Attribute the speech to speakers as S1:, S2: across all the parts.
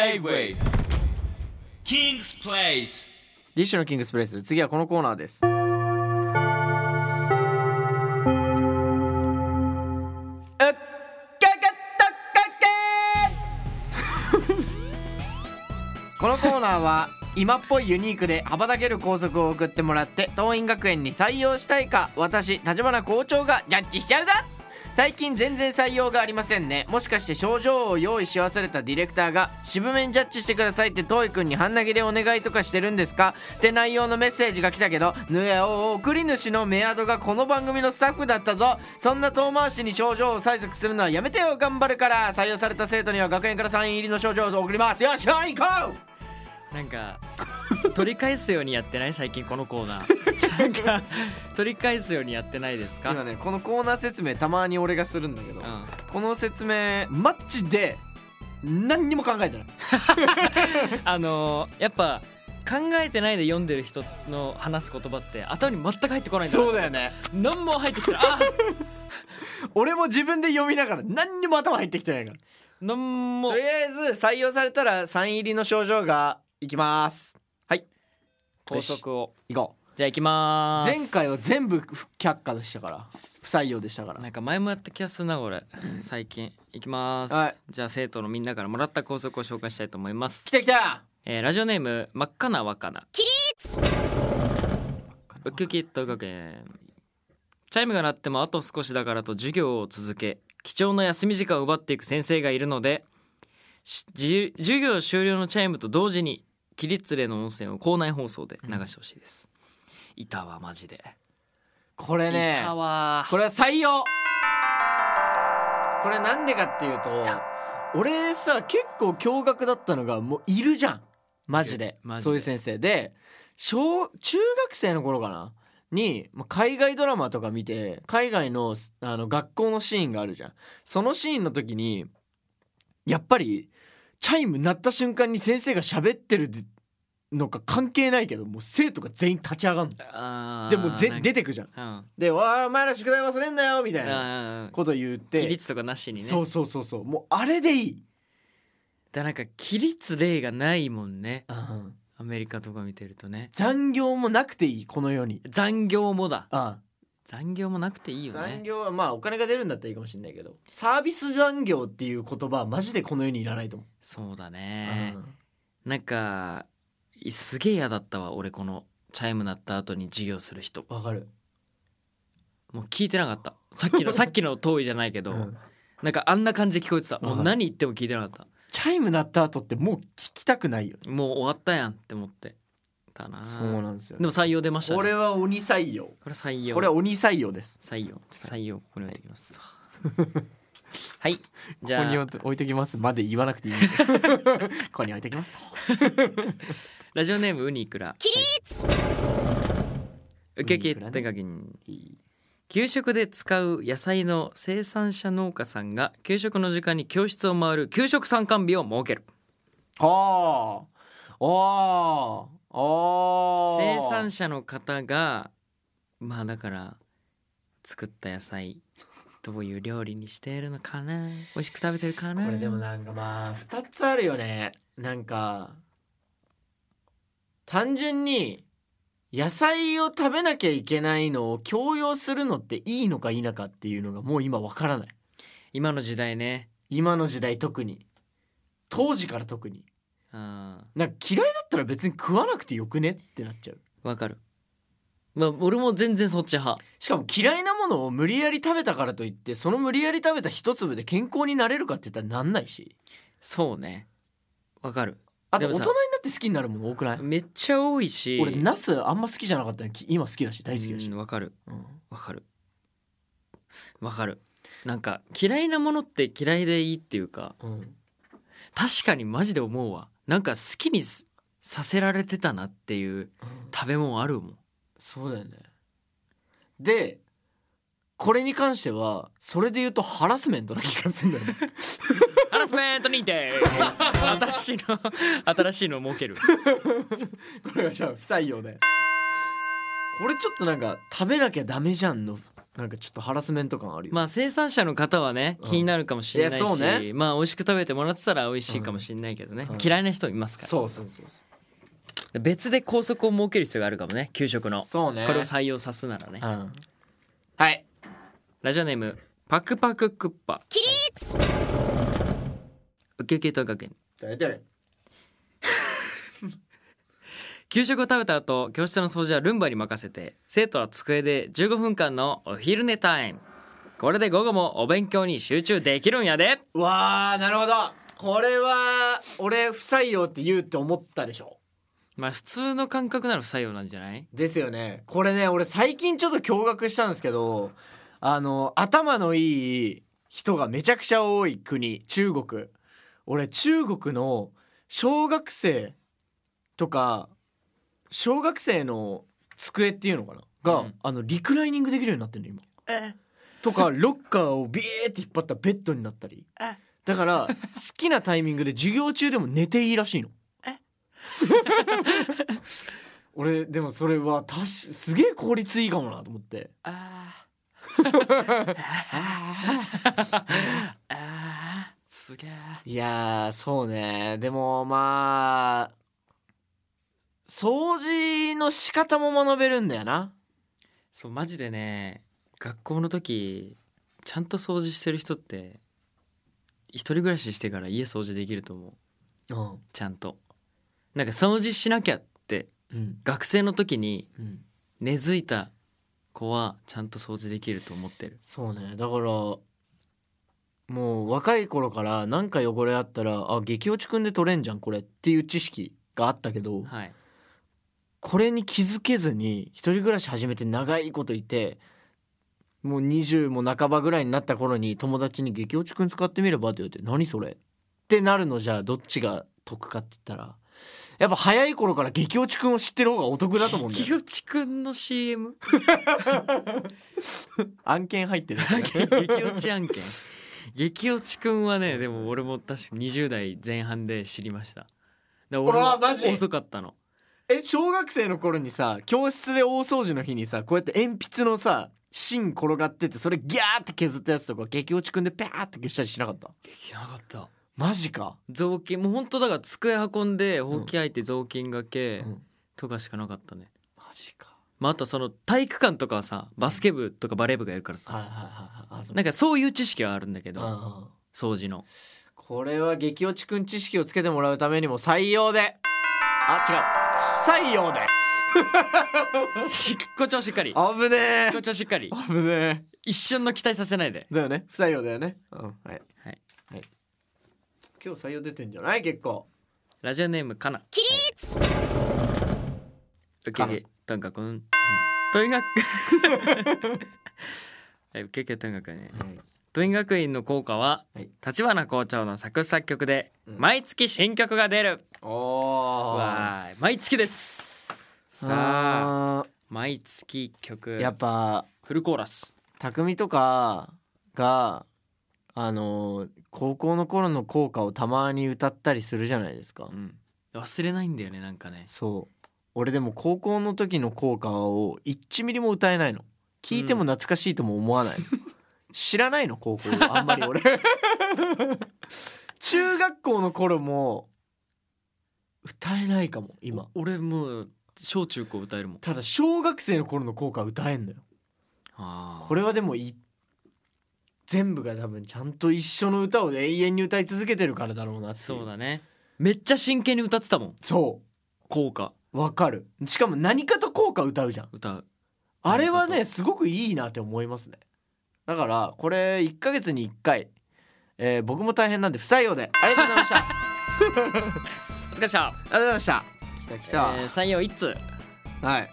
S1: J-Way King's Place
S2: ディッシュのキングスプレイス次はこのコーナーですこのコーナーは今っぽいユニークで羽ばたける校則を送ってもらって桐蔭学園に採用したいか私立花校長がジャッジしちゃうぞ最近全然採用がありませんねもしかして症状を用意し忘れたディレクターが渋めにジャッジしてくださいってトイくんに半投げでお願いとかしてるんですかって内容のメッセージが来たけどぬえお送り主のメアドがこの番組のスタッフだったぞそんな遠回しに症状を採測するのはやめてよ頑張るから採用された生徒には学園からサイン入りの症状を送りますよっしゃ行こう
S3: なんか取り返すようにやってない最近このコーナーなんか取り返すようにやってないですか、
S2: 今ねこのコーナー説明たまに俺がするんだけど、
S3: うん
S2: この説明マッチで何にも考えてない
S3: あのーやっぱ考えてないで読んでる人の話す言葉って頭に全く入ってこないんだな
S2: だよね
S3: 何も入ってきてないあ
S2: 俺も自分で読みながら何にも頭入ってきてないから
S3: 何も
S2: とりあえず採用されたらサイン入りの症状がいきます
S3: 拘束を
S2: 行こ
S3: じゃあ行き
S2: う
S3: まーす
S2: 前回は全部却下でしたから不採用でしたから
S3: なんか前もやった気がするなこれ最近行きまーす、
S2: はい
S3: じゃあ生徒のみんなからもらった校則を紹介したいと思います
S2: 来、た来た
S3: えーラジオネーム真っ赤な若菜ウキウキ大学園チャイムが鳴ってもあと少しだからと授業を続け貴重な休み時間を奪っていく先生がいるのでしじ授業終了のチャイムと同時に起立例の温泉を校内放送で流してほしいです、いたわマジで、
S2: これね
S3: いたわ
S2: これは採用これなんでかっていうと俺さ結構驚愕だったのがもういるじゃんマジ
S3: いる
S2: で
S3: マジで
S2: そういう先生で小中学生の頃かなにまあ海外ドラマとか見て海外のあの学校のシーンがあるじゃんそのシーンの時にやっぱりチャイム鳴った瞬間に先生が喋ってるのか関係ないけどもう生徒が全員立ち上がるの
S3: あー
S2: でもうぜ
S3: なんか
S2: 出てくじゃん
S3: うんあ
S2: で「わあお前ら宿題忘れんなよ」みたいな
S3: ー
S2: こと言って
S3: 起立とかなしにね
S2: そうそうそうそうもうあれでいい、
S3: だなんか起立例がないもんねアメリカとか見てるとね
S2: 残業もなくていいこの世に、
S3: 残業もだ残業もなくていいよね
S2: 残業はまあお金が出るんだったらいいかもしれないけどサービス残業っていう言葉はマジでこの世にいらないと思う、
S3: そうだね、
S2: うん
S3: なんかいすげえ嫌だったわ俺このチャイム鳴った後に授業する人
S2: わかる
S3: もう聞いてなかったさっ きのさっきの遠いじゃないけど、
S2: うん
S3: なんかあんな感じで聞こえてたも
S2: は
S3: う
S2: い
S3: 何言っても聞いてなかっ
S2: チャイム鳴った後ってもう聞きたくないよね
S3: たもう終わったやんって思ってたな
S2: そうなんですよ、
S3: でも採用出ました、ね、
S2: これは鬼採用
S3: これ採用
S2: これは鬼採用です
S3: 採用採用これ置いてきます はいじ
S2: ここ
S3: ゃ
S2: に
S3: あ
S2: 置いときますまで言わなくていいん でここに置いときます
S3: ラジオネームウニイクラ起立受け手が給食で使う野菜の生産者農家さんが給食の時間に教室を回る給食参観日を設ける
S2: はああああ
S3: 生産者の方がまあだから作った野菜どういう料理にしているのかな美味しく食べてるかな
S2: これでもなんかまあ2つあるよねなんか単純に野菜を食べなきゃいけないのを強要するのっていいのか否かっていうのがもう今わからない
S3: 今の時代ね
S2: 今の時代特に当時から特に
S3: あ
S2: なんか嫌いだったら別に食わなくてよくねってなっちゃう
S3: ーわかるまあ俺も全然そっち派
S2: しかも嫌いなものを無理やり食べたからといってその無理やり食べた一粒で健康になれるかって言ったらなんないし
S3: そうねわかる
S2: あと
S3: で
S2: 大人
S3: もさ
S2: になって好きになるもの多くない
S3: めっちゃ多いし
S2: 俺ナスあんま好きじゃなかったのに今好きだし大好きだし
S3: うんわかる
S2: うん
S3: わかるわかるなんか嫌いなものって嫌いでいいっていうか
S2: うん、
S3: 確かにマジで思うわなんか好きにすさせられてたなっていう食べ物あるもん
S2: そうだよねでこれに関してはそれで言うとハラスメントな気がするんだよ ね
S3: ハラスメント認 定新しいの新しいの設ける
S2: これはじゃあ不採用でこれちょっとなんか食べなきゃダメじゃんのなんかちょっとハラスメント感あるよ、
S3: まあ生産者の方はね
S2: うん
S3: 気になるかもしれないし、
S2: いやそうね
S3: まあ美味しく食べてもらってたら美味しいかもしれないけどね、
S2: うん
S3: 嫌いな人いますから
S2: そうそうそうそ
S3: 別で校則を設ける必要があるかもね給食の
S2: うそうね
S3: これを採用さすならね
S2: うん
S4: はい
S3: ラジオネームパクパククッパ起立ウキウキ東学園
S2: 誰誰
S3: 給食を食べた後教室の掃除はルンバに任せて生徒は机で15分間のお昼寝タイムこれで午後もお勉強に集中できるんやで
S2: わあなるほどこれは俺不採用って言うって思ったでしょ
S3: まあ普通の感覚なら不採用なんじゃない
S2: ですよねこれね俺最近ちょっと驚愕したんですけどあの頭のいい人がめちゃくちゃ多い国中国俺中国の小学生とか小学生の机っていうのかなが、
S3: うん
S2: あのリクライニングできるようになってんの今。とかロッカーをビエーって引っ張ったベッドになったりだから好きなタイミングで授業中でも寝ていいらしいの。 俺でもそれは確かすげえ効率いいかもなと思って
S3: ああああすげえ
S2: いやーそうねでもまあ掃除の仕方も学べるんだよな
S3: そうマジでね学校の時ちゃんと掃除してる人って一人暮らししてから家掃除できると思う
S2: うん
S3: ちゃんとなんか掃除しなきゃって
S2: うん
S3: 学生の時に
S2: うん
S3: 根付いた子はちゃんと掃除できると思ってる
S2: そうねだからもう若い頃から何か汚れあったらあ激落ちくんで取れんじゃんこれっていう知識があったけど
S3: はい
S2: これに気づけずに一人暮らし始めて長いこといてもう20も半ばぐらいになった頃に友達に「激落ちくん使ってみれば?」って言って「何それ?」ってなるのじゃあどっちが得かって言ったらやっぱ早い頃から激落ちくんを知ってる方がお得だと思うんだよ
S3: 清地くんの CM
S2: 案件入ってる
S3: 激落ち案件激落ちくんはねでも俺も確か20代前半で知りましただ
S2: う
S3: から
S2: わマジ
S3: 俺も遅かったの
S2: え小学生の頃にさ教室で大掃除の日にさこうやって鉛筆のさ芯転がっててそれギャーって削ったやつとか激落ちくんでペーって消したりしなかった
S3: できなかった
S2: マジか、
S3: 雑巾もう本当だから机運んでほうき開いて雑巾が
S2: う
S3: け
S2: ん、
S3: とかしかなかったね、
S2: マジか
S3: まあ、あとその体育館とかはさバスケ部とかバレー部がやるから
S2: はい
S3: さ
S2: はいはいはいあそう
S3: なんかそういう知識はあるんだけど
S2: うんうん
S3: 掃除の
S2: これは激落ちくん知識をつけてもらうためにも採用であ違う不採用で
S3: 誇張しっかり
S2: 危ねえ
S3: 誇張しっかり
S2: 危ね
S3: 一瞬の期待させないで
S2: えだよね不採用だよねうんはい
S3: はい、
S2: はい、今日採用出てんじゃない結構
S3: ラジオネームかな起立ウケ
S2: かな
S3: ケ短歌くんといが はいウケケ短歌くんね
S2: はい
S3: トイン学院の校歌は、
S2: はい
S3: 立花校長の作詞作曲で、
S2: うん
S3: 毎月新曲が出る
S2: おー
S3: わーい毎月ですさあ
S2: さあ
S3: 毎月曲
S2: やっぱ
S3: フルコーラス
S2: 匠とかがあのー高校の頃の校歌をたまに歌ったりするじゃないですか、
S3: うん忘れないんだよねなんかね
S2: そう俺でも高校の時の校歌を1ミリも歌えないの聞いても懐かしいとも思わ ないの、知らないの高校あんまり俺中学校の頃も歌えないかも今
S3: お俺もう小中高歌えるもん
S2: ただ小学生の頃の校歌は歌えんのよ
S3: あー
S2: これはでもい全部が多分ちゃんと一緒の歌を永遠に歌い続けてるからだろうなってい
S3: そうだねめっちゃ真剣に歌ってたもん
S2: そ
S3: 校歌
S2: うわかるしかも何かと校歌歌うじゃん
S3: 歌う
S2: あれは
S3: なる
S2: ねすごくいいなって思いますねだからこれ1ヶ月に1回、えー僕も大変なんで不採用でありがとうございましたあり
S3: お疲れっした
S2: がとうございました 来た来た、
S3: えー採用1通
S2: はい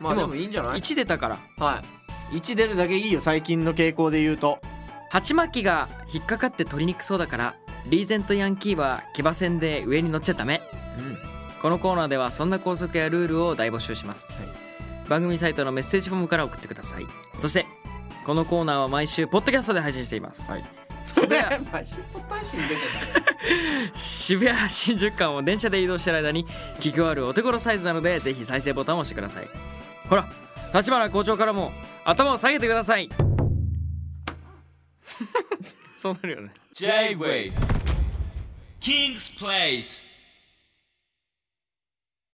S2: まあ
S3: で
S2: で
S3: も
S2: もいいんじゃない
S3: 1出たから
S2: はい1出るだけいいよ最近の傾向で言うと
S3: 鉢巻きが引っかかって取りにくそうだからリーゼントヤンキーは騎馬戦で上に乗っちゃダメ
S2: うん
S3: このコーナーではそんな校則やルールを大募集します、
S2: は
S3: 番組サイトのメッセージフォームから送ってくださいそしてこのコーナーは毎週ポッドキャストで配信しています
S2: そ れ毎週ポッターシー出て
S3: 渋谷新宿間を電車で移動してる間に聞き終わるお手頃サイズなのでぜひ再生ボタンを押してくださいほら立花校長からも頭を下げてください そうなるよね
S1: J-Way King's Place